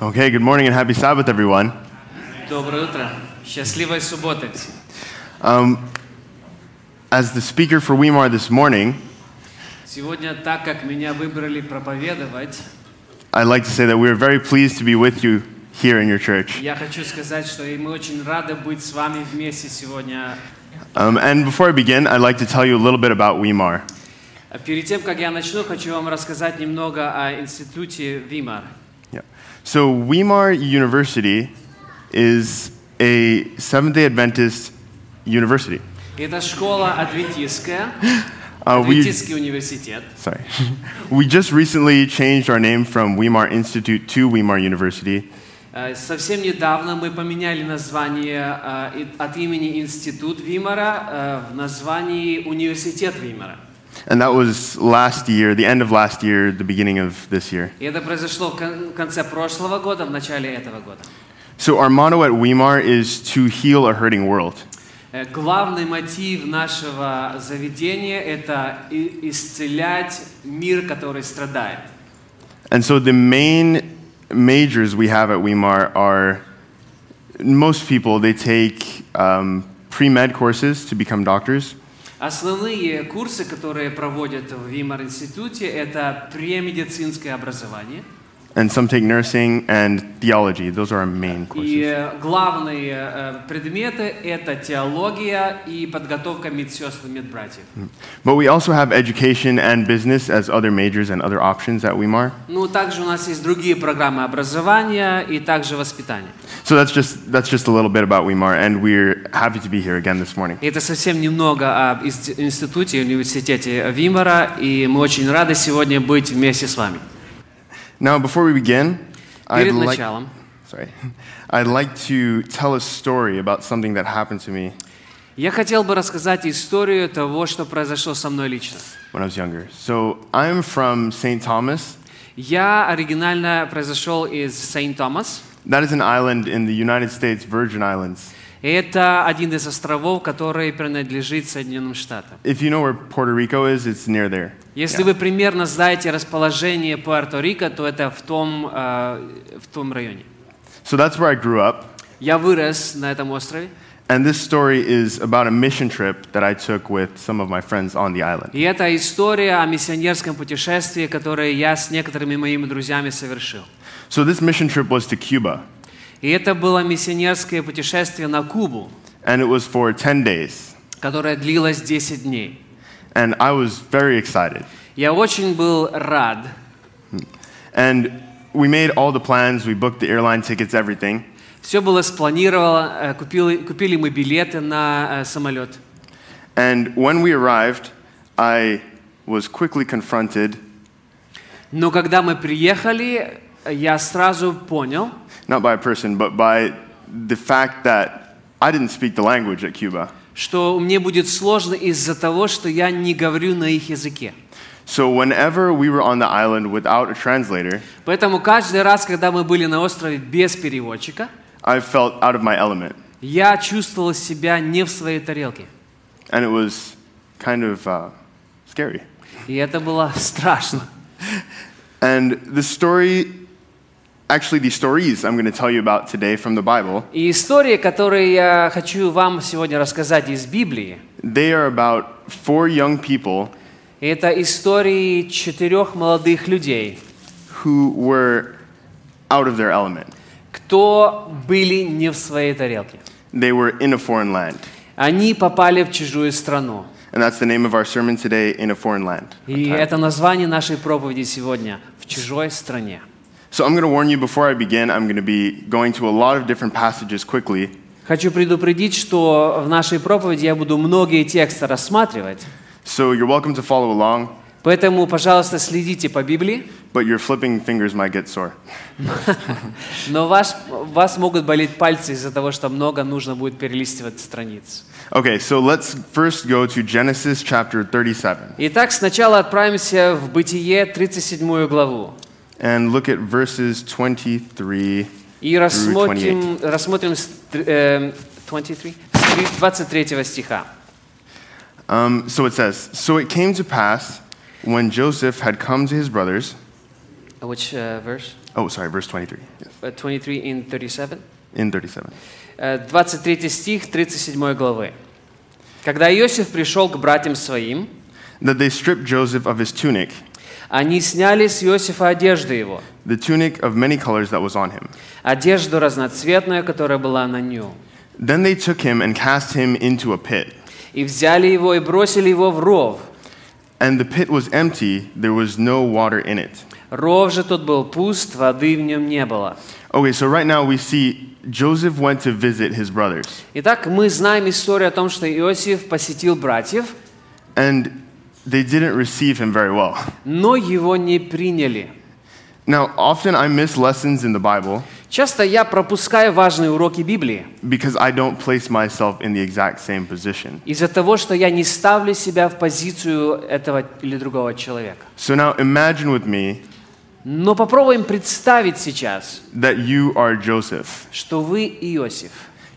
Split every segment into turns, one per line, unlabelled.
Okay, good morning and happy Sabbath, everyone.
Доброе утро. Счастливой субботы.
Um, as the speaker for Weimar this morning,
Сегодня, так как меня выбрали проповедовать,
I'd like to say that we are very pleased to be with you here in your church.
я хочу сказать, что и мы очень рады быть с вами вместе сегодня.
Um, and before I begin, I'd like to tell you a little bit about Weimar.
А Перед тем, как я начну, хочу вам рассказать немного о институте Вимар.
Yeah. So, Weimar University is a Seventh day Adventist university.
Это школа адвентистская,
Uh, we,
адвентистский университет.
sorry. we just recently changed our name from Weimar Institute to Weimar University.
Э, Совсем недавно мы поменяли название э, и- от имени Институт Вимара а, в названии Университет Вимара.
And that was last year, the end of last year, the beginning of this year.
И это произошло в кон- конце прошлого года, в начале этого года.
So our motto at Weimar is to heal a hurting world.
Э, Главный мотив нашего заведения – это и- исцелять мир, который страдает.
And so the main majors we have at Weimar are most people they take um, pre-med courses to become doctors,
Основные курсы, которые проводят в Вимар-институте – это премедицинское образование.
and some take nursing and theology. Those are our main
И
courses.
э, главные э, предметы – это теология и подготовка медсестр и медбратьев.
But we also have education and business as other majors and other options at Weimar.
Ну, также у нас есть другие программы образования и также воспитания.
So that's just that's just a little bit about Weimar, and we're happy to be here again this morning.
И Это совсем немного об инст- институте и университете Вимора, и мы очень рады сегодня быть вместе с вами.
Now, before we begin, I'd
Перед
like
началом
Sorry. I'd like to tell a story about something that happened to me
я хотел бы рассказать историю того, что произошло со мной лично.
when I was younger. So I'm from St. Thomas.
Я оригинально произошел из Сент-Томас.
That is an island in the United States Virgin Islands.
Это один из островов, который принадлежит Соединенным Штатам.
If you know where Puerto Rico is, it's near there.
Если вы примерно знаете расположение Пуэрто-Рико, то это в том, э, в том районе.
So that's where I grew up.
Я вырос на этом острове.
And this story is about a mission trip that I took with some of my friends on the island.
И это история о миссионерском путешествии, которое я с некоторыми моими друзьями совершил.
So this mission trip was to Cuba,
И это было миссионерское путешествие на Кубу,
and it was for 10 days.
которое длилось 10 дней.
And I was very excited.
Я очень был рад.
And we made all the plans, we booked the airline tickets, everything.
Все было спланировано, э, купили, купили мы билеты на э, самолет.
And when we arrived, I was quickly confronted,
Но когда мы приехали, я сразу понял,
not by a person, but by the fact that I didn't speak the language at Cuba.
что мне будет сложно из-за того, что я не говорю на их языке.
So whenever we were on the island without a translator,
Поэтому каждый раз, когда мы были на острове без переводчика,
I felt out of my element.
Я чувствовал себя не в своей тарелке.
And it was kind of uh, scary.
И это было страшно.
And the story, actually, the stories I'm going to tell you about today from the Bible,
И истории, которые я хочу вам сегодня рассказать из Библии,
they are about four young people
это истории четырех молодых людей,
who were out of their element.
кто были не в своей тарелке.
They were in a foreign land.
Они попали в чужую страну.
And that's the name of our sermon today, In a Foreign Land.
И это название нашей проповеди сегодня «В чужой стране».
So I'm going to warn you before I begin, I'm going to be going to a lot of different passages quickly.
Хочу предупредить, что в нашей проповеди я буду многие тексты рассматривать,
So you're welcome to follow along,
поэтому, пожалуйста, следите по Библии,
but your flipping fingers might get sore.
Но вас, вас могут болеть пальцы из-за того, что много нужно будет перелистывать страниц.
Okay, so let's first go to Genesis chapter 37
Итак, сначала отправимся в Бытие 37 главу
and look at verses 23.
и рассмотрим, рассмотрим с тр- эм, 23, с три- 23 стиха.
Um, so it says So it came to pass when Joseph had come to his brothers,
Which, uh, verse?
Oh, sorry, verse 23. Yes.
uh, 23 in 37.
In 37.
Э, 23 стих 37 главы. «Когда Иосиф пришел к братьям своим,
That they stripped Joseph of his tunic,
они сняли с Иосифа одежды его,
the tunic of many colors that was on him.
одежду разноцветную, которая была на нем,
Then they took him and cast him into a pit.
и взяли его и бросили его в ров.
And the pit was empty, there was no water in it.
Ров же тот был пуст, воды в нем не было».
Okay, so right now we see Joseph went to visit his brothers.
Итак, мы знаем историю о том, что Иосиф посетил братьев,
And they didn't receive him very well.
но его не приняли.
Now, often I miss lessons in the Bible
Часто я пропускаю важные уроки Библии
because I don't place myself in the exact same position.
из-за того, что я не ставлю себя в позицию этого или другого человека.
So now imagine with me
Но попробуем представить сейчас,
that you are Joseph.
что вы Иосиф.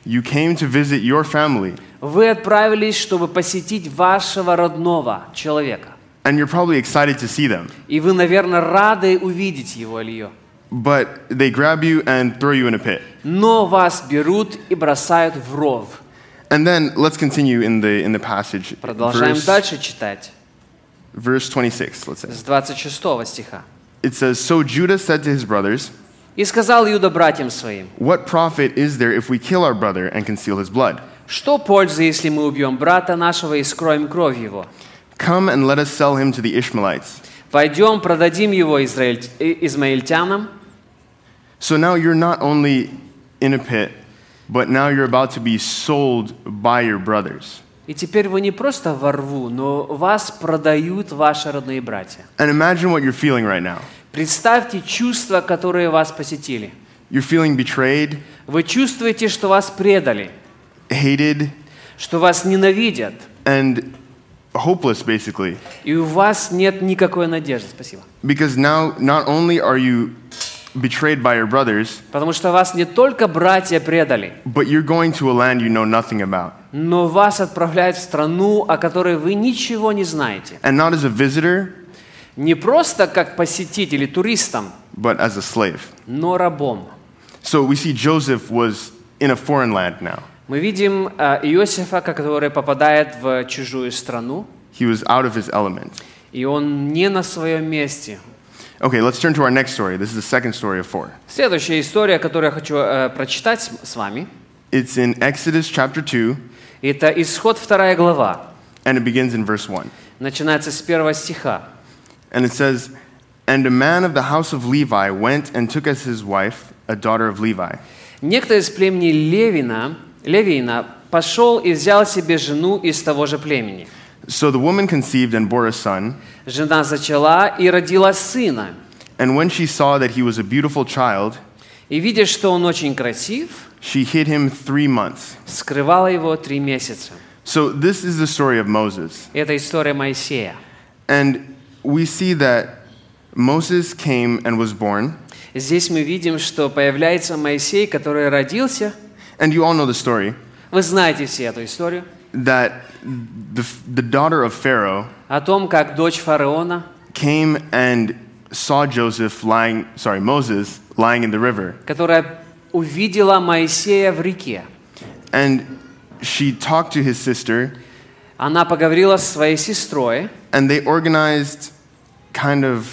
You came to visit your family,
Вы отправились, чтобы посетить вашего родного человека.
and you're probably excited to see them.
И вы, наверное, рады увидеть его или ее.
But they grab you and throw you in a pit.
Но вас берут и бросают в ров.
And then let's continue in the, in the passage.
Продолжаем
Verse,
дальше читать.
verse 26, let's say.
С 26 стиха.
It says So Judah said to his brothers,
И сказал Юда братьям своим,
What profit is there if we kill our brother and conceal his blood?
что пользы, если мы убьем брата нашего и скроем кровь его?
Come and let us sell him to the Ishmaelites.
Пойдем, продадим его израиль- и- измаильтянам.
So now you're not only in a pit, but now you're about to be sold by your brothers.
И теперь вы не просто во рву, но вас продают ваши родные братья.
And imagine what you're feeling right now.
Представьте чувства, которые вас посетили.
You're feeling betrayed,
Вы чувствуете, что вас предали,
hated,
что вас ненавидят,
and hopeless, basically.
и у вас нет никакой надежды. Спасибо.
Because now not only are you betrayed by your brothers,
Потому что вас не только братья предали,
but you're going to a land you know nothing about.
но вас отправляют в страну, о которой вы ничего не знаете.
And not as a visitor,
не просто как посетитель или туристом,
but as a slave.
но рабом.
So we see Joseph was in a foreign land now.
Мы видим э, Иосифа, который попадает в чужую страну,
He was out of his element.
и он не на своем месте.
Okay, let's turn to our next story. This is the second story of four.
Следующая история, которую я хочу э, прочитать с с вами,
It's in Exodus chapter 2,
это Исход 2 глава,
and it begins in verse 1.
начинается с 1 стиха.
And it says, And a man of the house of Levi went and took as his wife a daughter of Levi.
Некто из племени Левина, Левина пошел и взял себе жену из того же племени.
So the woman conceived and bore a son.
Жена зачала и родила сына.
And when she saw that he was a beautiful child,
И видя, что он очень красив,
she hid him three months.
скрывала его три месяца.
So this is the story of Moses.
Это история Моисея.
And we see that Moses came and was born.
Здесь мы видим, что появляется Моисей, который родился.
And you all know the story
Вы знаете все эту историю
that the, the daughter of Pharaoh
о том, как дочь фараона,
came and saw Joseph lying, sorry, Moses lying in the river.
которая увидела Моисея в реке.
And she talked to his sister,
Она поговорила с своей сестрой,
and they organized kind of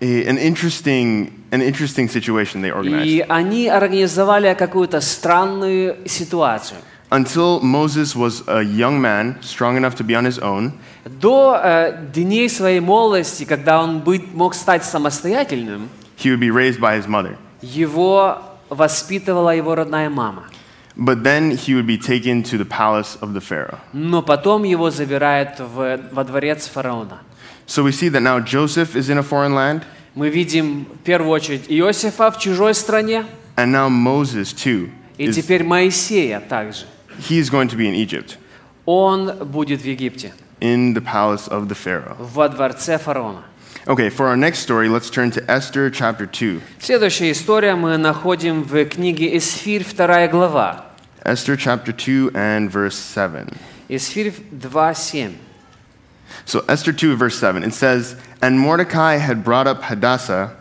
a, an, interesting, an interesting situation they organized.
и они организовали какую-то странную ситуацию.
Until Moses was a young man, strong enough to be on his own,
До э, дней своей молодости, когда он быть, мог стать самостоятельным,
he would be raised by his mother.
его воспитывала его родная мама.
But then he would be taken to the palace of the Pharaoh.
Но потом его забирают в, во дворец фараона.
So we see that now Joseph is in a foreign land,
Мы видим в первую очередь Иосифа в чужой стране,
and now Moses too.
и
Is,
теперь Моисея также.
he is going to be in Egypt,
Он будет в Египте,
in the palace of the Pharaoh.
во дворце фараона.
Okay, for our next story, let's turn to Esther chapter 2.
Следующая история мы находим в книге Эсфирь, 2 глава.
Esther chapter 2 and verse 7.
Эсфирь 2.7.
So, Esther 2, verse 7, it says, And Mordecai had brought up Hadassah,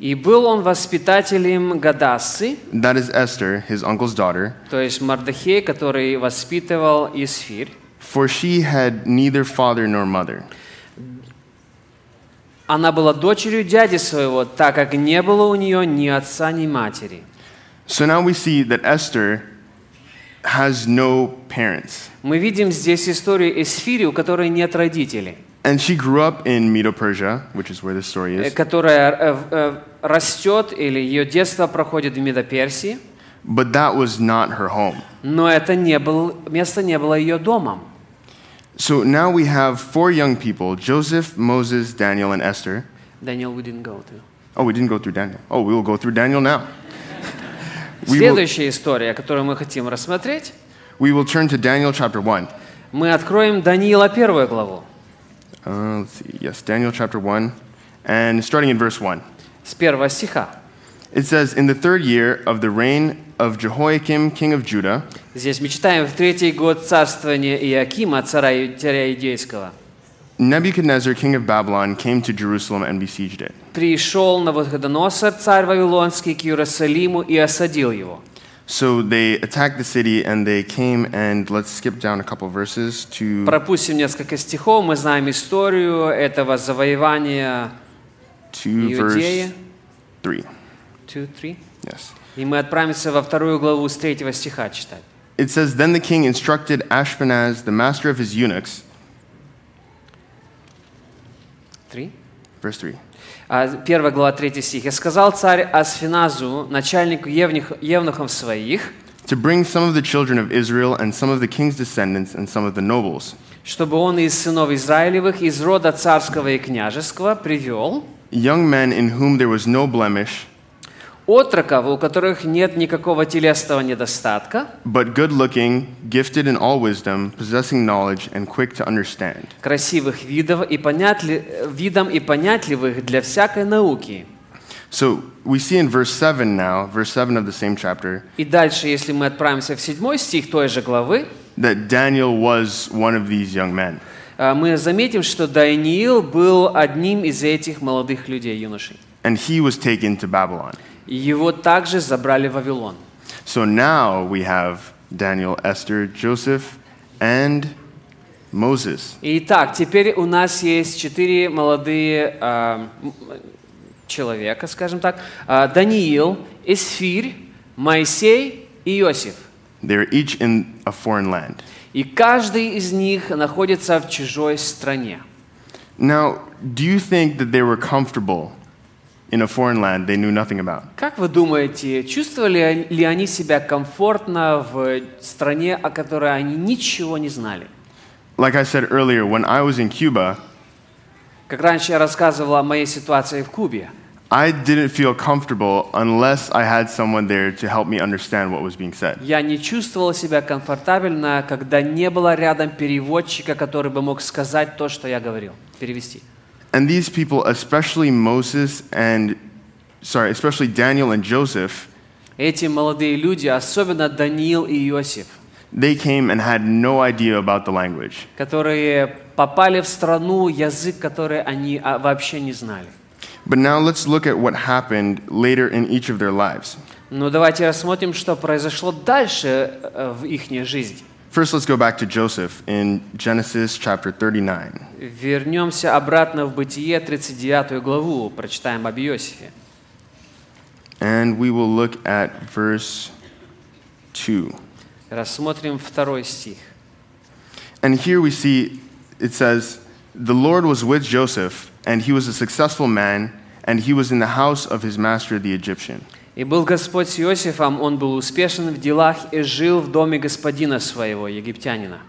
И был он воспитателем Гадассы,
That is Esther, his uncle's daughter,
то есть Мардахей, который воспитывал Исфирь.
for she had neither father nor mother.
Она была дочерью дяди своего, так как не было у нее ни отца, ни матери.
So now we see that Esther has no parents.
Мы видим здесь историю Эсфири, у которой нет родителей,
And she grew up in Medo Persia, which is where this story
э,
is.
которая э, в- э, растет или ее детство проходит в Медоперсии,
But that was not her home.
но это не был, место не было ее домом.
So now we have four young people Joseph, Moses, Daniel, and Esther.
Daniel, we didn't go to.
Oh, we didn't go through Daniel. Oh, we will go through Daniel now. We will,
Следующая история, которую мы хотим рассмотреть,
we will turn to Daniel chapter 1.
мы откроем Даниила первую главу,
Uh, let's see. Yes, Daniel chapter 1. And starting in verse 1,
с первого стиха.
it says, In the third year of the reign of Jehoiakim, king of Judah,
Здесь мы читаем в третий год царствования Иакима, царя, Ю- царя Иудейского.
Nebuchadnezzar, king of Babylon, came to Jerusalem and besieged it.
Пришел Навуходоносор, царь Вавилонский, к Иерусалиму и осадил его.
So they attacked the city and they came, and let's skip down a couple verses to.
Пропустим несколько стихов, мы знаем историю этого завоевания
2
Иудеи.
verse 3.
Two, three.
Yes.
И мы отправимся во вторую главу с третьего стиха читать.
It says Then the king instructed Ashpenaz, the master of his eunuchs,
Три.
verse 3.
А, Первая глава, третий стих. «И сказал царь Асфиназу, начальнику евних- евнухов своих,
To bring some of the children of Israel and some of the king's descendants and some of the nobles,
чтобы он из сынов Израилевых, из рода царского и княжеского привел
young men in whom there was no blemish,
отроков, у которых нет никакого телесного недостатка,
but good looking, gifted in all wisdom, possessing knowledge, and quick to understand.
красивых видов и понятли... э, видом и понятливых для всякой науки.
So we see in verse 7 now, verse 7 of the same chapter,
И дальше, если мы отправимся в седьмой стих той же главы,
that Daniel was one of these young men.
э, мы заметим, что Даниил был одним из этих молодых людей, юношей.
And he was taken to Babylon.
И его также забрали в Вавилон.
So now we have Daniel, Esther, Joseph, and Moses.
Итак, теперь у нас есть четыре молодые а, м- м- человека, скажем так. А, Даниил, Эсфирь, Моисей и Иосиф.
They're each in a foreign land.
И каждый из них находится в чужой стране.
Now, do you think that they were comfortable in a foreign land they knew nothing about?
Как вы думаете, чувствовали ли они себя комфортно в стране, о которой они ничего не знали?
Like I said earlier, when I was in Cuba,
Как раньше я рассказывала о моей ситуации в Кубе.
I didn't feel comfortable unless I had someone there to help me understand what was being said.
Я не чувствовал себя комфортабельно, когда не было рядом переводчика, который бы мог сказать то, что я говорил, перевести.
And these people, especially Moses and, sorry, especially Daniel and Joseph,
Эти молодые люди, особенно Даниил и Иосиф,
they came and had no idea about the language.
которые попали в страну, язык, который они а, вообще не знали.
But now let's look at what happened later in each of their lives.
Но давайте рассмотрим, что произошло дальше э, в их жизни.
First, let's go back to Joseph in Genesis chapter 39.
Вернемся обратно в Бытие, 39 главу, прочитаем об Иосифе.
And we will look at verse 2.
Рассмотрим второй стих.
And here we see it says, The Lord was with Joseph, and he was a successful man, and he was in the house of his master the Egyptian.
«И был Господь с Иосифом, он был успешен в делах и жил в доме господина своего, египтянина.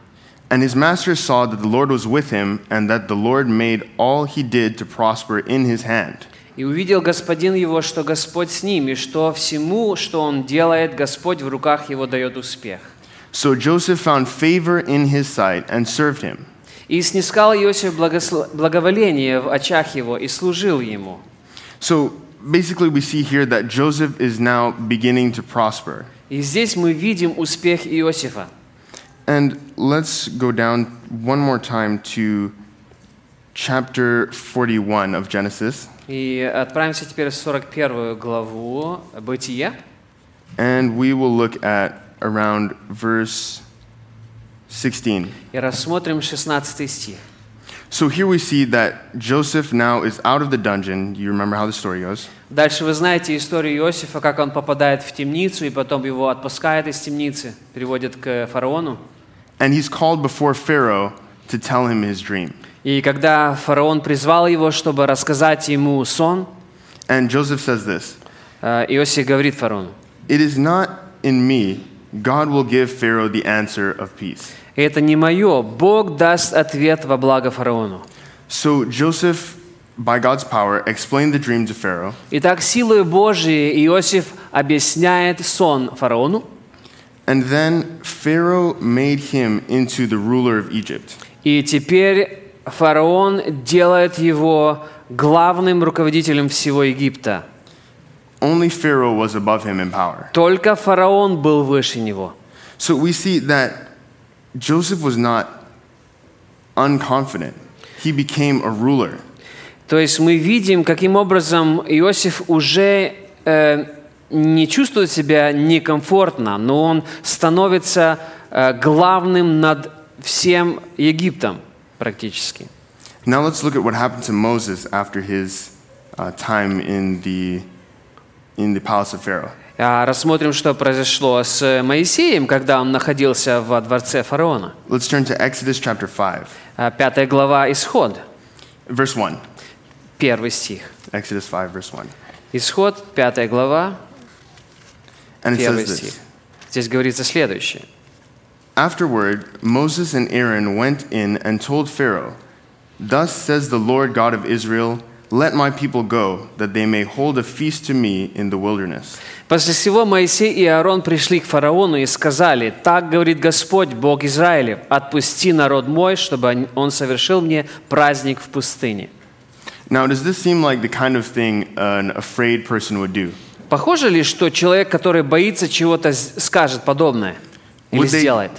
And his master saw that the Lord was with him, and that the Lord made all he did to prosper in his hand.
И увидел господин его, что Господь с ним, и что всему, что он делает, Господь в руках его дает успех.
So Joseph found favor in his sight and served him.
И снискал Иосиф благосло- благоволение в очах его и служил ему».
So basically, we see here that Joseph is now beginning to prosper.
И здесь мы видим успех Иосифа.
And let's go down one more time to chapter 41 of Genesis.
И отправимся теперь в 41 главу Бытия.
And we will look at around verse 16.
И рассмотрим 16 стих.
So here we see that Joseph now is out of the dungeon. You remember how the story goes.
Дальше вы знаете историю Иосифа, как он попадает в темницу, и потом его отпускают из темницы, приводят к фараону.
And he's called before Pharaoh to tell him his dream.
И когда фараон призвал его, чтобы рассказать ему сон,
And Joseph says this
э, Иосиф говорит фараону,
It is not in me. God will give Pharaoh the answer of peace.
«Это не мое, Бог даст ответ во благо фараону».
So Joseph, by God's power, explained the dream to Pharaoh.
Итак, силой Божией Иосиф объясняет сон фараону,
And then Pharaoh made him into the ruler of Egypt.
и теперь фараон делает его главным руководителем всего Египта.
Only Pharaoh was above him in power.
Только фараон был выше него.
So we see that Joseph was not unconfident. He became a ruler.
То есть мы видим, каким образом Иосиф уже э, не чувствует себя некомфортно, но он становится э, главным над всем Египтом практически.
Now let's look at what happened to Moses after his uh, time in the, in the palace of Pharaoh.
А, Рассмотрим, что произошло с Моисеем, когда он находился во дворце фараона.
Let's turn to Exodus chapter 5,
А, Пятая глава Исход,
verse 1.
первый стих.
Exodus 5, verse 1.
Исход, пятая глава,
And it
первый
says this.
стих. Здесь говорится следующее.
Afterward, Moses and Aaron went in and told Pharaoh, Thus says the Lord God of Israel, Let my people go, that they may hold a feast to me in the wilderness.
После всего Моисей и Аарон пришли к фараону и сказали, «Так говорит Господь, Бог Израилев, отпусти народ мой, чтобы он- он совершил мне праздник в пустыне».
Now, does this seem like the kind of thing an afraid person would do?
Похоже ли, что человек, который боится чего-то, с- скажет подобное или
Would they-
сделает?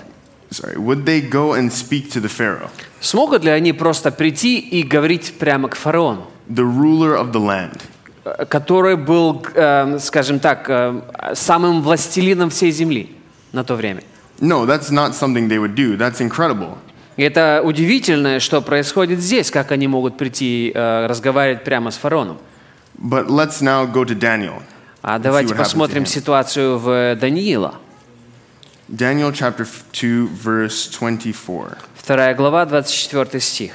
Sorry, would they go and speak to the Pharaoh,
Смогут ли они просто прийти и говорить прямо к фараону,
the ruler of the land?
э, который был, э, скажем так, э, самым властелином всей земли на то время?
No, that's not something they would do. That's incredible.
И это удивительное, что происходит здесь, как они могут прийти и э, разговаривать прямо с фараоном.
But let's now go to Daniel.
А давайте
what happens
посмотрим
to him.
ситуацию в э, Даниила.
Daniel chapter f- 2, verse 24.
Вторая глава, 24 стих.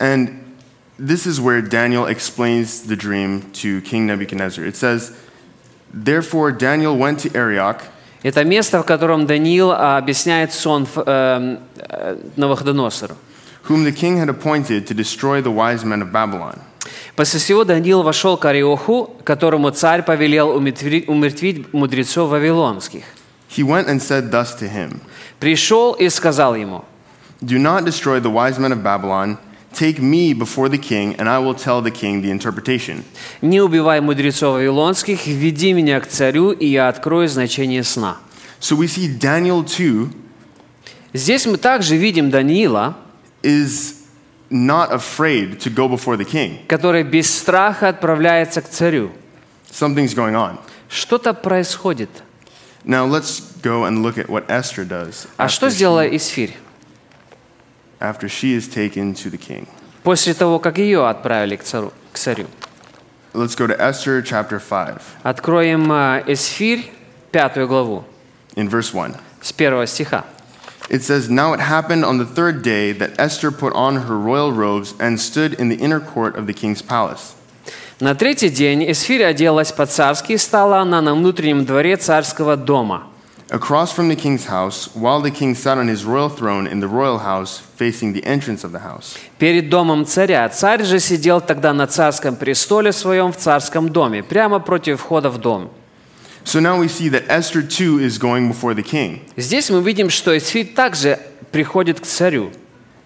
And this is where Daniel explains the dream to King Nebuchadnezzar. It says, Therefore Daniel went to Arioch,
Это место, в котором Даниил а, объясняет сон ф- эм, э, Навуходоносору.
whom the king had appointed to destroy the wise men of Babylon.
После всего Даниил вошел к Ариоху, которому царь повелел умертви- умертвить мудрецов вавилонских.
He went and said thus to him
Пришел и сказал ему,
Do not destroy the wise men of Babylon. Take me before the king, and I will tell the king the interpretation.
«Не убивай мудрецов вавилонских, введи меня к царю, и я открою значение сна».
So we see Daniel 2
Здесь мы также видим Даниила,
is not afraid to go before the king.
который без страха отправляется к царю.
Something's going on.
Что-то происходит.
Now let's go and look at what Esther does.
А что
after she-
сделала Исфирь?
after she is taken to the king.
После того, как ее отправили к царю. К царю.
Let's go to Esther chapter 5
Откроем а, Исфирь, пятую главу,
in verse 1.
с первого стиха.
It says, Now it happened on the third day that Esther put on her royal robes and stood in the inner court of the king's palace.
На третий день Исфирь оделась по-царски, и стала она на внутреннем дворе царского дома.
Across from the king's house, while the king sat on his royal throne in the royal house, facing the entrance of the house.
Перед домом царя. Царь же сидел тогда на царском престоле своем в царском доме, прямо против входа в дом.
So now we see that Esther too is going before the king.
Здесь мы видим, что Исфирь также приходит к царю.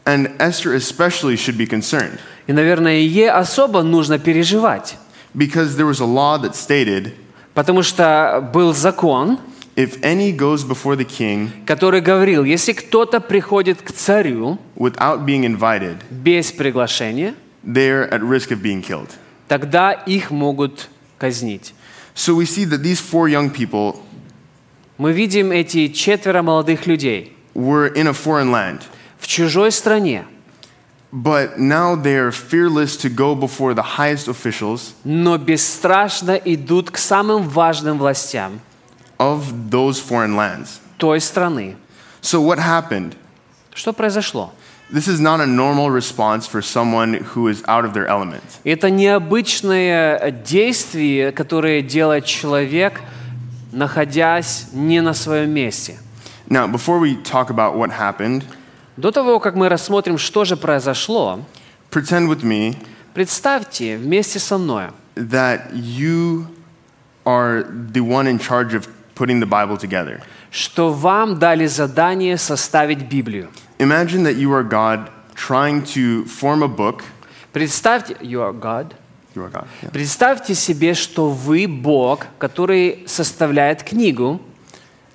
And Esther especially should be concerned
И, наверное, ей особо нужно переживать.
because there was a law that stated
Потому что был закон,
if any goes before the king
который говорил, если кто-то приходит к царю
without being invited,
без приглашения,
they're at risk of being killed.
тогда их могут казнить.
So we see that these four young people
Мы видим эти четверо молодых людей
were in a foreign land,
в чужой стране,
but now they're fearless to go before the highest officials
но бесстрашно идут к самым важным властям
of those foreign lands.
той страны.
So what happened?
Что произошло?
This is not a normal response for someone who is out of their element.
Это необычное действие, которое делает человек, находясь не на своем месте.
Now, before we talk about what happened,
До того, как мы рассмотрим, что же произошло,
pretend with me
представьте вместе со мной,
that you are the one in charge of putting the Bible together.
что вам дали задание составить Библию.
Imagine that you are God trying to form a book.
Представьте, you are God.
You are God. yeah.
Представьте себе, что вы Бог, который составляет книгу,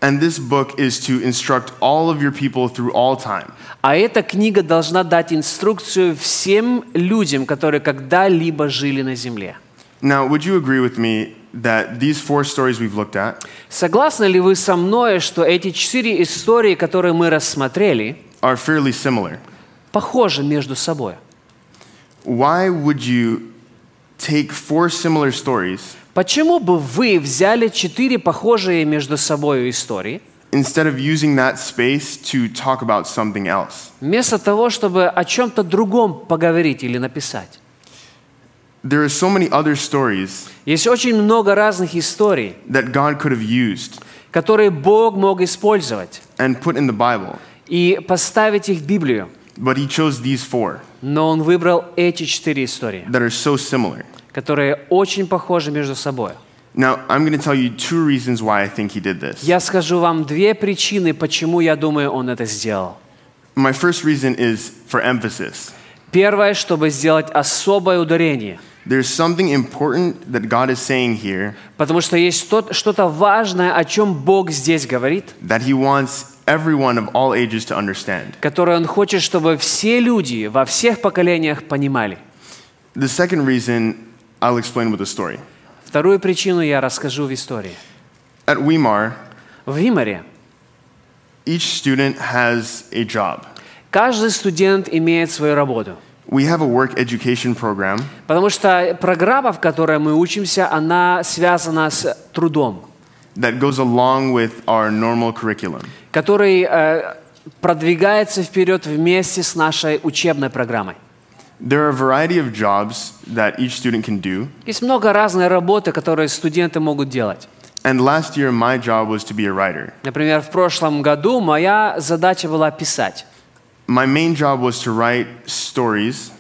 And this book is to instruct all of your people through all time.
а эта книга должна дать инструкцию всем людям, которые когда-либо жили на земле.
Now, would you agree with me that these four stories we've looked at
Согласны ли вы со мной, что эти четыре истории, которые мы рассмотрели,
are fairly similar?
похожи между собой?
Why would you take four similar stories
Почему бы вы взяли четыре похожие между собой истории,
instead of using that space to talk about something else?
вместо того, чтобы о чем-то другом поговорить или написать?
There are so many other stories
Есть очень много разных историй,
that God could have used
которые Бог мог использовать
and put in the Bible,
и поставить их в Библию.
but He chose these four
Но он выбрал эти четыре истории,
that are so similar.
которые очень похожи между собой.
Now, I'm going to tell you two reasons why I think He did this.
Я скажу вам две причины, почему я думаю, он это сделал.
My first reason is for emphasis.
Первое, чтобы сделать особое ударение,
There's something important that God is saying here
потому что есть то- что-то важное, о чем Бог здесь говорит,
that He wants everyone of all ages to understand.
которое он хочет, чтобы все люди во всех поколениях понимали.
The second reason I'll explain with a story.
Вторую причину я расскажу в истории.
At Weimar,
В Вимаре
each student has a job.
каждый студент имеет свою работу.
We have a work education program,
Потому что программа, в которой мы учимся, она связана с трудом,
that goes along with our normal curriculum.
который э, продвигается вперед вместе с нашей учебной программой.
There are a variety of jobs that each student can do,
Есть много разной работы, которые студенты могут делать.
and last year my job was to be a writer.
Например, в прошлом году моя задача была писать.
My main job was to write stories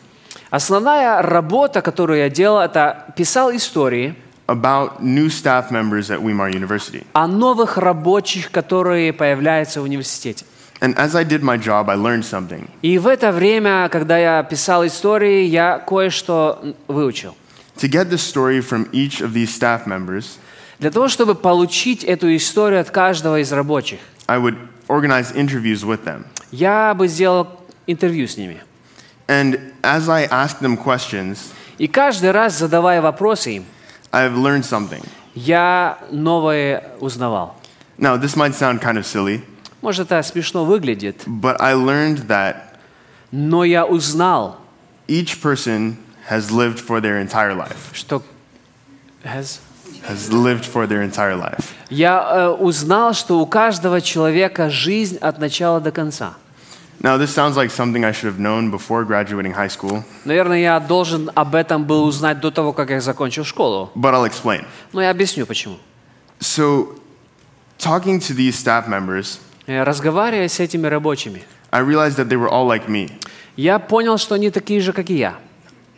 Основная работа, которую я делал, это писал истории
about new staff members at Weimar University.
о новых рабочих, которые появляются в университете.
And as I did my job, I learned something.
И в это время, когда я писал истории, я кое-что м, выучил.
To get the story from each of these staff members,
Для того, чтобы получить эту историю от каждого из рабочих,
I would organize interviews with them.
я бы сделал интервью с ними.
And as I asked them questions,
И каждый раз, задавая вопросы им,
I've learned something.
я новое узнавал.
Now, this might sound kind of silly,
Может, это смешно выглядит,
but I learned that
но я узнал,
each person has lived for their entire life.
что...
Has lived for their entire life.
Я э, узнал, что у каждого человека жизнь от начала до конца.
Now, this sounds like something I should have known before graduating high school,
Наверное, я должен об этом был узнать до того, как я закончил школу.
but I'll explain.
Но я объясню, почему.
So, talking to these staff members,
Э, Разговаривая с этими рабочими,
I realized that they were all like me.
я понял, что они такие же, как и я.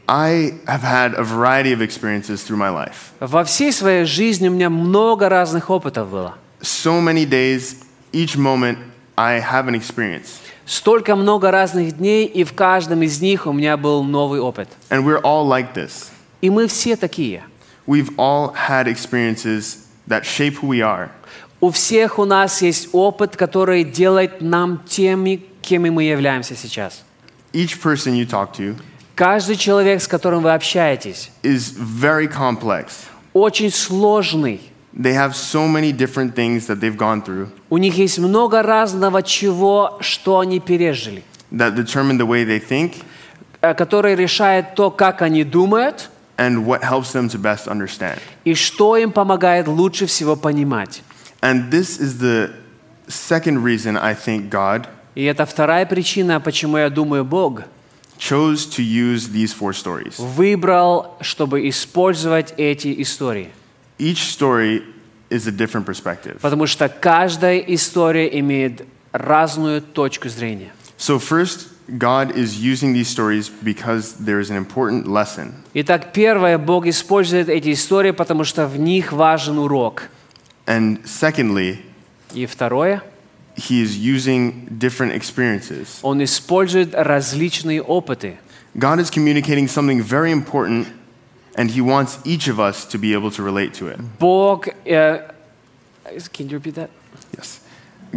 I have had a variety of experiences through my life.
Во всей своей жизни у меня много разных опытов было.
So many days, each moment, I have an experience.
Столько много разных дней, и в каждом из них у меня был новый опыт.
And we're all like this.
И мы все такие.
We've all had experiences that shape who we are.
У всех у нас есть опыт, который делает нам теми, кем мы являемся сейчас.
Each person you talk to
Каждый человек, с которым вы общаетесь,
is very complex.
очень сложный.
They have so many different things that they've gone through
У них есть много разного чего, что они пережили,
that determine the way they think
э, которое решает то, как они думают
and what helps them to best understand.
и что им помогает лучше всего понимать.
And this is the second reason I think God
И это вторая причина, почему я думаю, Бог
chose to use these four stories.
выбрал, чтобы использовать эти истории.
Each story is a different perspective.
Потому что каждая история имеет разную точку зрения.
So, first, God is using these stories because there is an important lesson.
Итак, первое, Бог использует эти истории, потому что в них важен урок.
And secondly,
И второе,
He is using different experiences.
Он использует различные опыты.
God is communicating something very important, and He wants each of us to be able to relate to it.
Бог... э, can you repeat that?
Yes.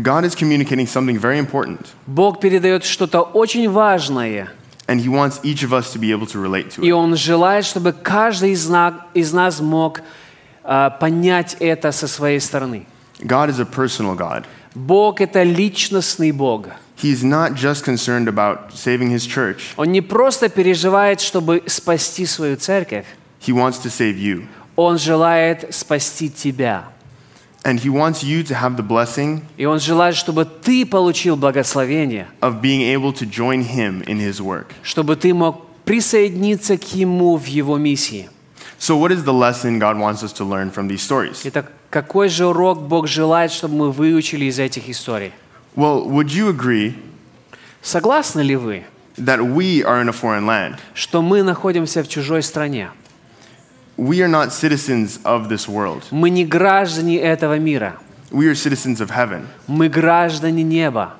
God is communicating something very important,
Бог передает что-то очень важное,
and He wants each of us to be able to relate to
и
it.
Он желает, чтобы каждый из, на- из нас мог э, понять это со своей стороны.
God is a personal God.
Бог — это личностный Бог.
He's not just concerned about saving His church,
Он не просто переживает, чтобы спасти свою церковь,
He wants to save you.
Он желает спасти тебя.
And He wants you to have the blessing
И Он желает, чтобы ты получил благословение,
of being able to join Him in His work.
чтобы ты мог присоединиться к Ему в Его миссии.
So, what is the lesson God wants us to learn from these stories?
Итак, какой же урок Бог желает, чтобы мы выучили из этих историй?
Well, would you agree
Согласны ли вы,
that we are in a foreign land?
что мы находимся в чужой стране?
We are not citizens of this world.
Мы не граждане этого мира,
We are citizens of heaven.
мы граждане неба.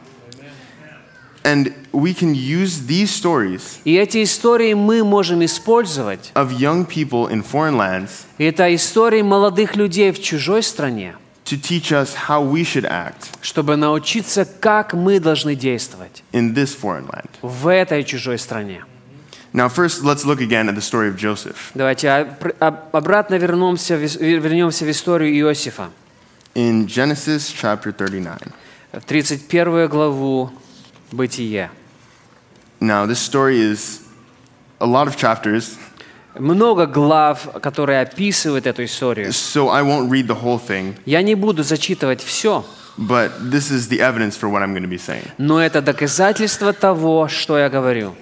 And we can use these stories
И эти истории мы можем использовать.
of young people in foreign lands
И это истории молодых людей в чужой стране,
to teach us how we should act
чтобы научиться, как мы должны действовать
in this foreign land.
в этой чужой стране.
Now, first, let's look again at the story of Joseph.
Давайте обр- об- обратно вернемся, в ис- вернемся в историю Иосифа,
In Genesis chapter 39.
в 31 главу Бытия.
Now, this story is a lot of chapters,
Много глав, которые описывают эту историю.
so I won't read the whole thing,
Я не буду зачитывать все,
but this is the evidence for what I'm going to be saying.
но это доказательство того, что я говорю.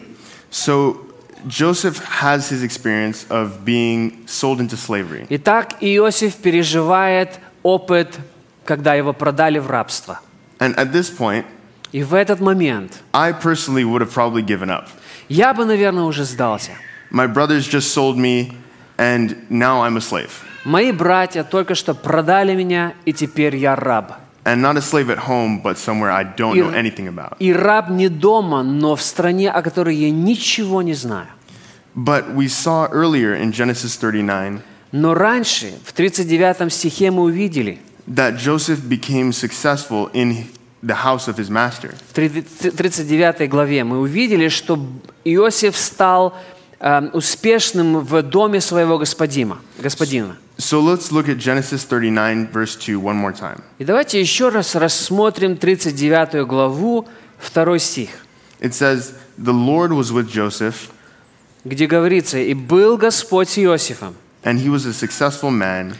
So Joseph has his experience of being sold into slavery.
Итак, Иосиф переживает опыт, когда его продали в рабство.
And at this point,
И в этот момент
I personally would have probably given up.
я бы, наверное, уже сдался.
My brothers just sold me, and now I'm a slave.
Мои братья только что продали меня, и теперь я раб.
And not a slave at home, but somewhere I don't know
Ir-
anything about.
И раб не дома, но в стране, о которой я ничего не знаю.
But we saw earlier in Genesis 39
Но раньше, в 39 стихе мы увидели,
that Joseph became successful in the house of his master.
в 30 39 главе, мы увидели, что Иосиф стал э, успешным в доме своего господина. господина.
So let's look at Genesis 39, verse 2, one more time.
И давайте еще раз рассмотрим 39 главу, 2 стих,
It says, The Lord was with Joseph.
где говорится, «И был Господь с Иосифом,
And he was a successful man,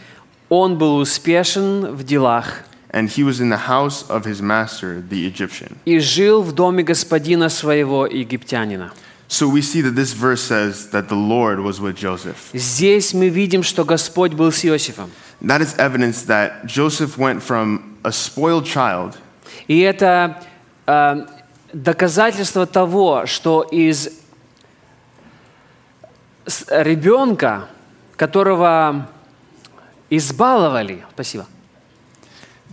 он был успешен в делах
and he was in the house of his master, the Egyptian.
и жил в доме господина своего египтянина».
So we see that this verse says that the Lord was with Joseph.
Здесь мы видим, что Господь был с Иосифом.
That is evidence that Joseph went from a spoiled child
И это э, доказательство того, что из с- ребенка, которого избаловали, спасибо,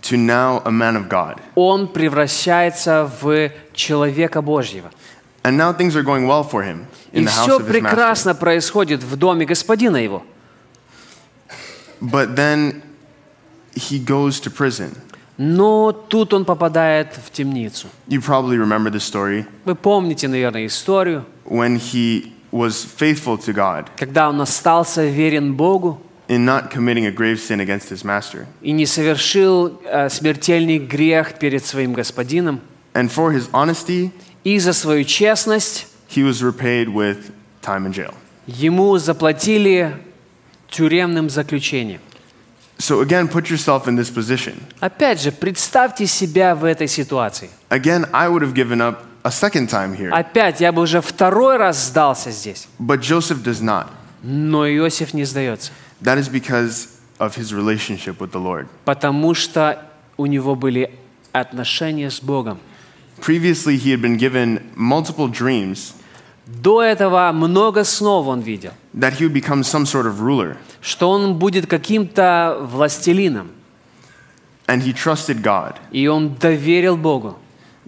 to now a man of God.
он превращается в человека Божьего.
And now things are going well for him in
И
the house
все
of his master.
прекрасно происходит в доме господина его.
But then he goes to prison.
Но тут он попадает в темницу.
You probably remember the story
Вы помните, наверное, историю,
when he was faithful to God
когда он остался верен Богу
in not committing a grave sin against his master.
и не совершил э, смертельный грех перед своим господином,
And for his honesty,
и за свою честность
he was repaid with time in jail.
ему заплатили тюремным заключением.
So again, put yourself in this position.
Опять же, представьте себя в этой ситуации.
Again, I would have given up a second time here,
Опять, я бы уже второй раз сдался здесь,
but Joseph does not.
но Иосиф не сдается,
That is because of his relationship with the Lord.
потому что у него были отношения с Богом.
Previously, he had been given multiple dreams
До этого много снов он видел,
that he would become some sort of ruler,
что он будет каким-то властелином,
and he trusted God
и он доверил Богу,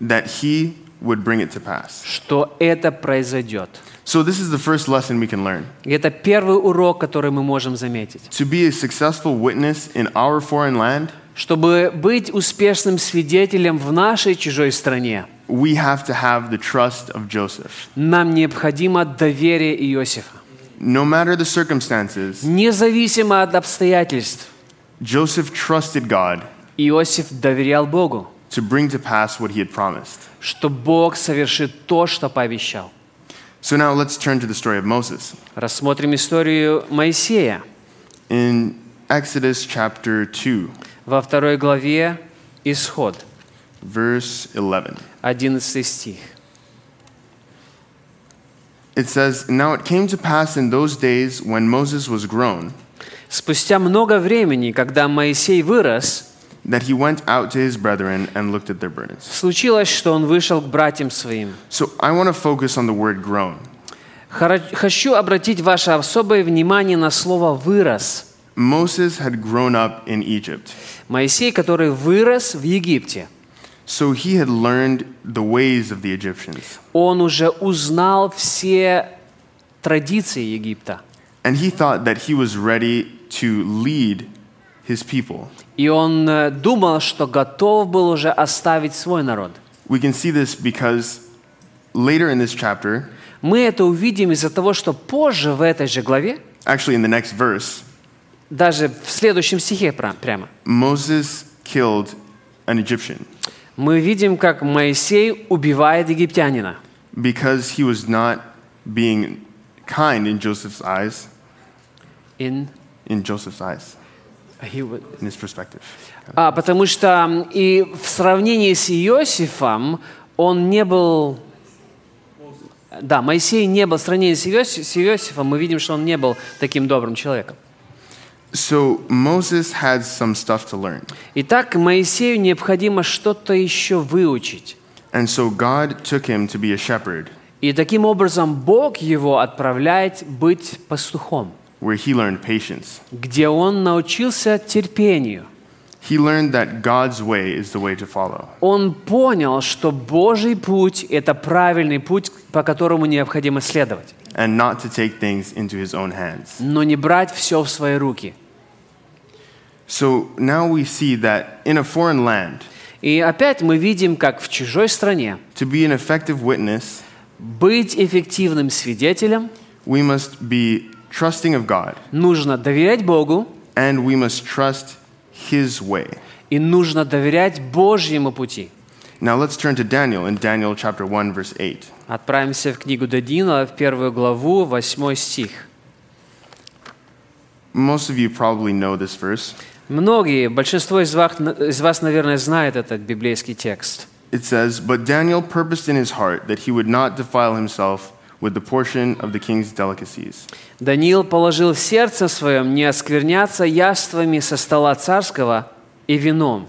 that he would bring it to pass.
что это произойдет.
So, this is the first lesson we can learn.
И это первый урок, который мы можем заметить.
To be a successful witness in our foreign land,
Чтобы быть успешным свидетелем в нашей чужой стране,
we have to have the trust of Joseph.
нам необходимо доверие Иосифа.
No matter the circumstances,
Независимо от обстоятельств,
Joseph trusted God
Иосиф доверял Богу,
to bring to pass what he had promised.
что Бог совершит то, что пообещал.
So, now let's turn to the story of Moses.
Рассмотрим историю Моисея
In Exodus chapter 2,
во второй главе Исход,
verse 11.
11 стих.
It says, Now it came to pass in those days when Moses was grown
«Спустя много времени, когда Моисей вырос,
that he went out to his brethren and looked at their burdens.
случилось, что он вышел к братьям своим.
So I want to focus on the word grown.
Хоро- Хочу обратить ваше особое внимание на слово «вырос».
Moses had grown up in Egypt,
Моисей, который вырос в Египте,
so he had learned the ways of the Egyptians.
он уже узнал все традиции Египта.
And he thought that he was ready to lead his people.
И он э, думал, что готов был уже оставить свой народ.
We can see this because later in this chapter,
Мы это увидим из-за того, что позже в этой же главе,
actually in the next verse,
даже в следующем стихе пра- прямо,
Moses killed an Egyptian
мы видим, как Моисей убивает египтянина,
because he was not being kind in Joseph's eyes,
In-
in Joseph's eyes,
he would-
in his perspective.
А, потому что м, и в сравнении с Иосифом он не был... Да, Моисей не был, в сравнении с, Иоси- с Иосифом мы видим, что он не был таким добрым человеком.
So Moses had some stuff to learn.
Итак, Моисею необходимо что-то еще выучить.
And so God took him to be a shepherd,
И таким образом Бог его отправляет быть пастухом,
where he learned patience.
где он научился терпению.
He learned that God's way is the way to follow.
Он понял, что Божий путь – это правильный путь, по которому необходимо следовать,
and not to take things into his own hands.
но не брать все в свои руки.
So now we see that in a foreign land,
И опять мы видим, как в чужой стране
to be an effective witness,
быть эффективным свидетелем
we must be trusting of God
нужно доверять Богу
and we must trust his way.
и нужно доверять Божьему пути.
Now let's turn to Daniel in Daniel chapter 1 verse 8.
Отправимся в книгу Дадина, в первую главу, восьмой стих.
Most of you probably know this verse.
Многие, большинство из вас, из вас, наверное, знает этот библейский текст.
It says, "But Daniel purposed in his heart that he would not defile himself with the portion of the king's delicacies."
«Даниил положил в сердце своем не оскверняться яствами со стола царского и вином».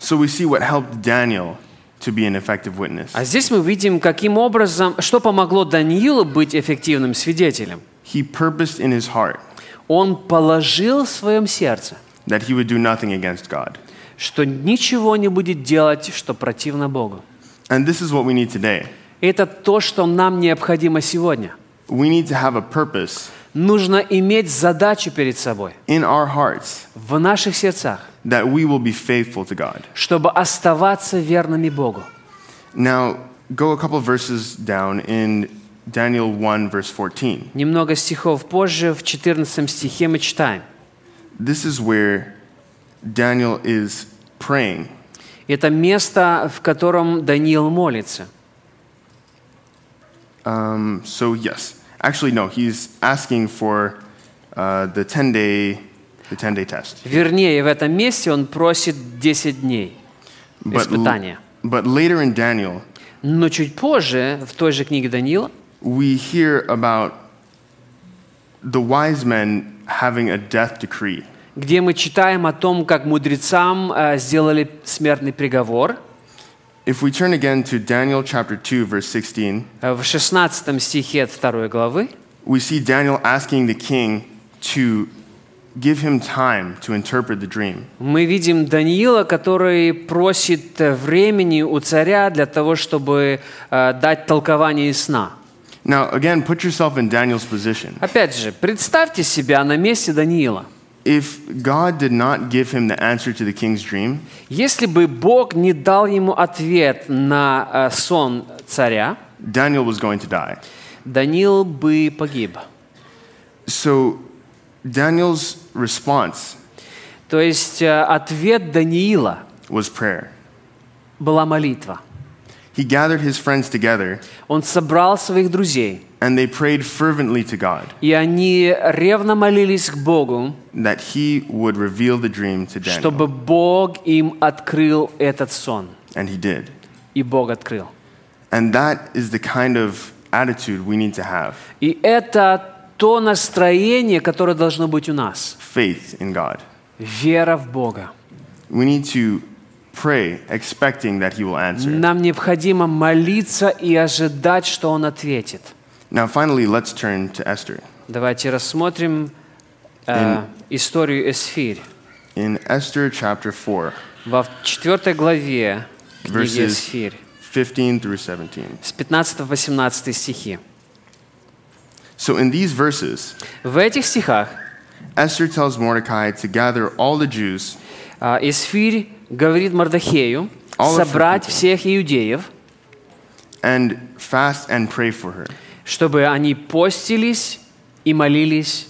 So we see what helped Daniel to be an effective witness.
А здесь мы видим, каким образом, что помогло Даниилу быть эффективным свидетелем.
He purposed in his heart
Он положил в своем сердце,
that he would do nothing against God.
что ничего не будет делать, что противно Богу.
And this is what we need today.
Это то, что нам необходимо сегодня.
We need to have a purpose
Нужно иметь задачу перед собой,
in our hearts
в наших сердцах,
that we will be faithful to God.
чтобы оставаться верными Богу.
Now, go a couple verses down in Daniel 1, verse 14.
Немного стихов позже, в 14 стихе мы читаем.
This is where Daniel is praying.
Это место, в котором Даниил молится.
Um, so, yes. Actually, no, he's asking for uh, the 10 day. The 10 day test.
Вернее, в этом месте он просит 10 дней
But, l-
испытания.
but later in Daniel,
Но чуть позже, в той же книге Даниила,
we hear about the wise men having a death decree.
где мы читаем о том, как мудрецам э, сделали смертный приговор,
If we turn again to Daniel chapter 2, verse 16,
э, в 16 стихе от 2 главы,
we see Daniel asking the king to give him time to interpret the dream.
мы видим Даниила, который просит э, времени у царя для того, чтобы э, дать толкование сна.
Now, again, put yourself in Daniel's position.
Опять же, представьте себя на месте Даниила.
If God did not give him the answer to the king's dream,
Если бы Бог не дал ему ответ на э, сон царя,
Daniel was going to die.
Даниил бы погиб.
So, Daniel's response
То есть э, ответ Даниила
was prayer.
была молитва.
He gathered his friends together
Он собрал своих друзей,
and they prayed fervently to God
и они ревно молились к Богу,
that he would reveal the dream to Daniel.
чтобы Бог им открыл этот сон.
And he did.
И Бог открыл.
And that is the kind of attitude we need to have
И это то настроение, которое должно быть у нас.
faith in God.
Вера в Бога.
We need to pray expecting that he will answer.
Нам необходимо молиться и ожидать, что Он ответит.
Now, finally, let's turn to Esther.
Давайте рассмотрим э,
Эм.
историю Эсфирь.
In Esther chapter 4,
Во 4 главе книги
verses
Эсфирь
15 through 17.
с 15 по 18 стихи.
So, in these verses,
В этих стихах
Esther tells Mordecai to gather all the Jews
а, Эсфирь говорит Мардахею
All of
собрать
them.
всех иудеев,
and fast and pray for her.
чтобы они постились и молились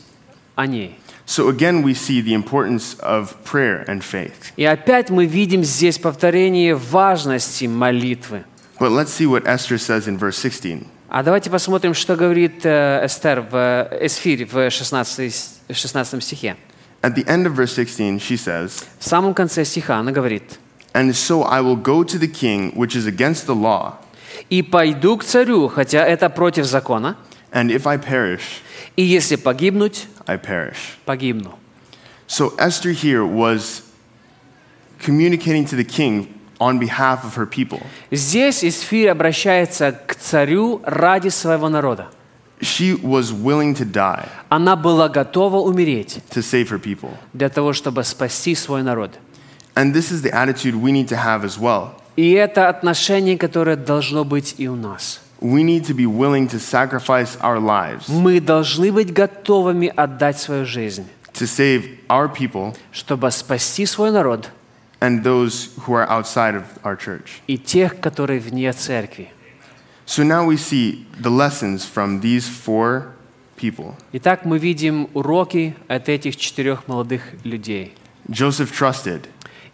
о ней.
So, again, we see the importance of prayer and faith.
И опять мы видим здесь повторение важности молитвы.
But let's see what Esther says in verse 16.
А давайте посмотрим, что говорит э, Эстер в э, Эсфирь в 16, с- 16 стихе.
At the end of verse 16, she says,
В самом конце стиха она говорит,
And so I will go to the king, which is against the law,
«И пойду к царю, хотя это против закона,
and if I perish,
и если погибнуть,
I perish.
погибну».
So Esther here was communicating to the king on behalf of her people.
Здесь Эсфирь обращается к царю ради своего народа.
She was willing to die
Она была готова умереть
to save her people.
для того, чтобы спасти свой народ.
And this is the attitude we need to have as well.
И это отношение, которое должно быть и у нас.
We need to be willing to sacrifice our lives
Мы должны быть готовыми отдать свою жизнь,
to save our people
чтобы спасти свой народ
and those who are outside of our church.
и тех, которые вне церкви.
So now we see the lessons from these four people.
Итак, мы видим уроки от этих четырех молодых людей.
Joseph trusted,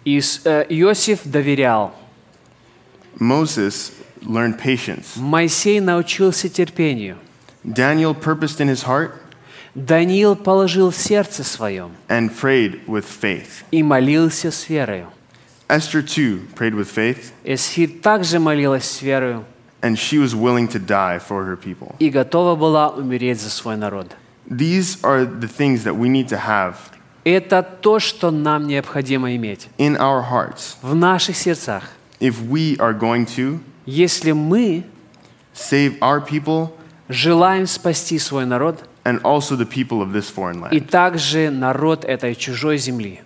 Ис- э, Иосиф доверял,
Moses learned patience,
Моисей научился терпению,
Daniel purposed in his heart
Даниил положил в сердце своем
and prayed with faith.
и молился с верою.
Esther too prayed with faith,
Эсфирь также молилась с верою
and she was willing to die for her people.
и готова была умереть за свой народ.
These are the things that we need to have
Это то, что нам необходимо иметь
in our hearts
в наших сердцах.
if we are going to
Если мы
save our people
желаем спасти свой народ
and also the people of this foreign
и
land.
также народ этой чужой земли.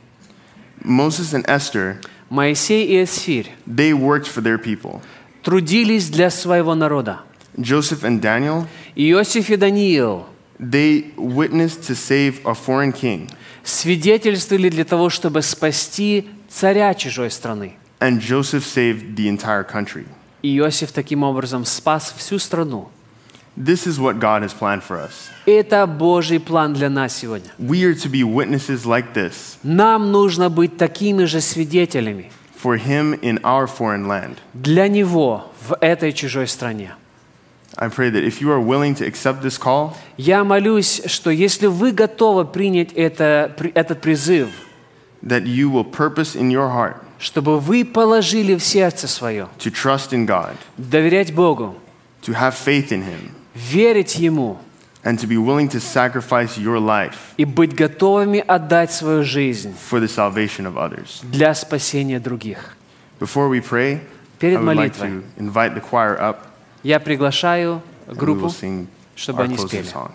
Moses and Esther,
Моисей и Эсфирь
they worked for their people.
трудились для своего народа.
Joseph and Daniel,
Иосиф и Даниил
They witnessed to save a foreign king,
свидетельствовали для того, чтобы спасти царя чужой страны.
and Joseph saved the entire country.
Иосиф таким образом спас всю страну.
This is what God has planned for us.
Это Божий план для нас сегодня.
We are to be witnesses like this
Нам нужно быть такими же свидетелями
for Him in our foreign land.
для Него в этой чужой стране.
I pray that if you are willing to accept this call,
Я молюсь, что если вы готовы принять это, при- этот призыв,
that you will purpose in your heart
чтобы вы положили в сердце свое,
to trust in God,
доверять Богу,
to have faith in Him,
верить Ему
and to be willing to sacrifice your life
и быть готовыми отдать свою жизнь
for the salvation of others.
для спасения других.
Before we pray, I
Перед
would like
молитвой
to invite the choir up
я
and
приглашаю
we will
группу.
sing
чтобы
our
они
closing
спели.
song.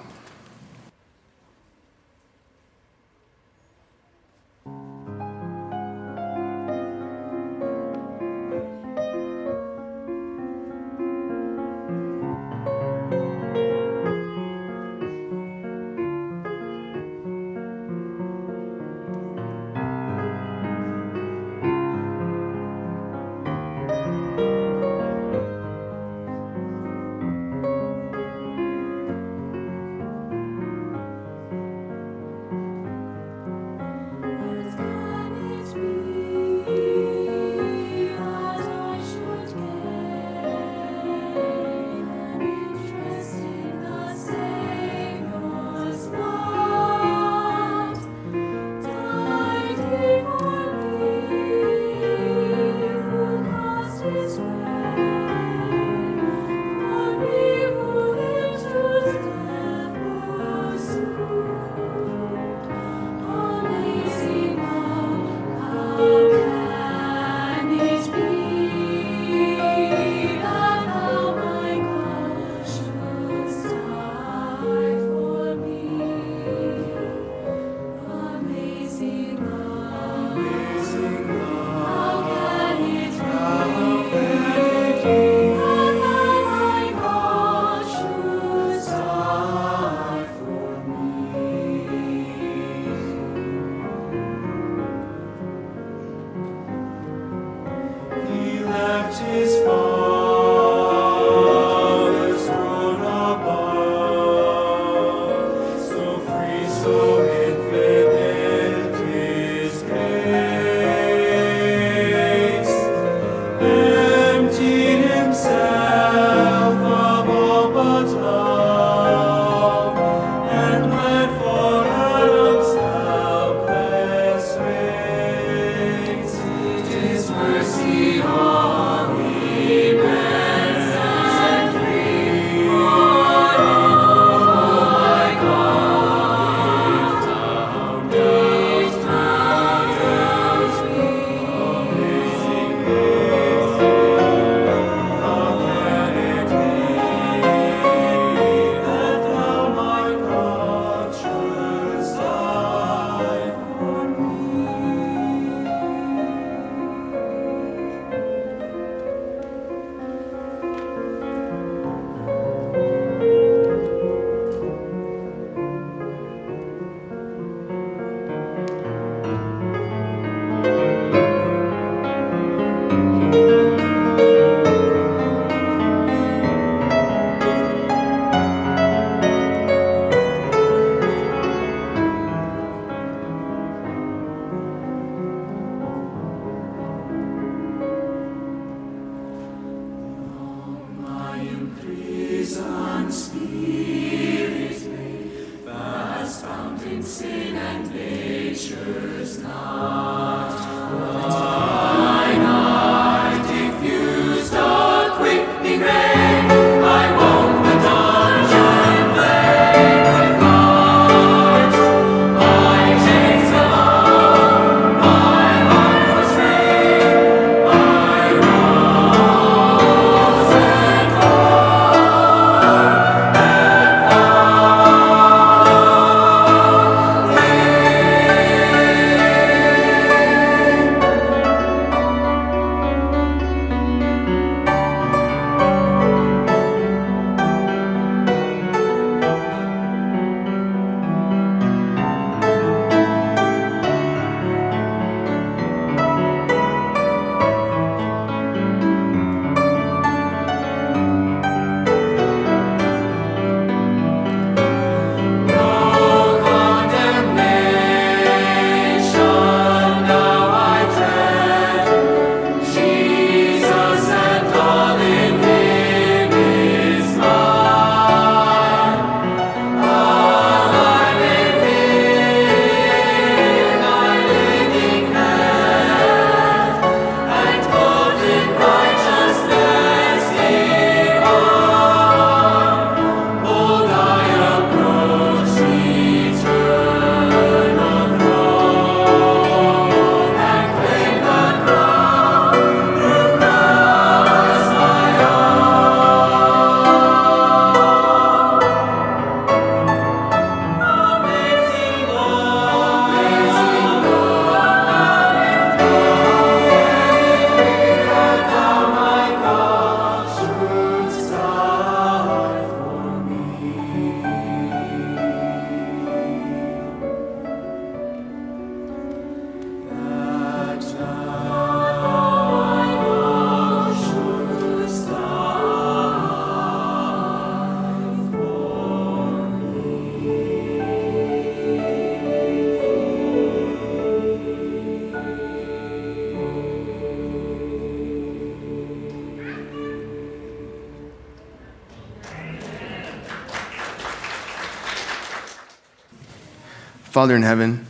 Father in heaven,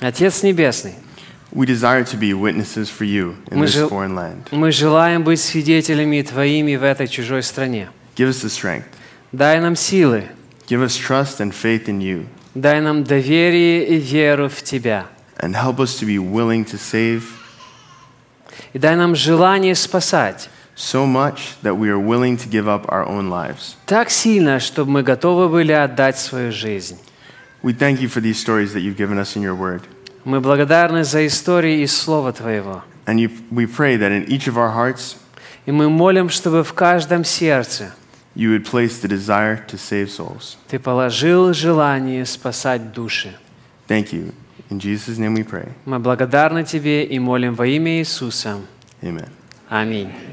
Отец Небесный,
we desire to be witnesses for you in
Мы
this
жел-
foreign land.
мы желаем быть свидетелями Твоими в этой чужой стране.
Give us the strength.
Дай нам силы,
Give us trust and faith in you.
дай нам доверие и веру в Тебя.
And help us to be willing to save
И дай нам желание спасать
so much that we are willing to give up our own lives.
так сильно, чтобы мы готовы были отдать свою жизнь.
We thank you for these stories that you've given us in your word.
Мы благодарны за истории и Слово Твоего.
And you, we pray that in each of our hearts,
И мы молим, чтобы в каждом сердце
you would place the desire to save souls.
Ты положил желание спасать души.
Thank you. In Jesus' name we pray.
Мы благодарны Тебе и молим во имя Иисуса.
Amen.
Аминь.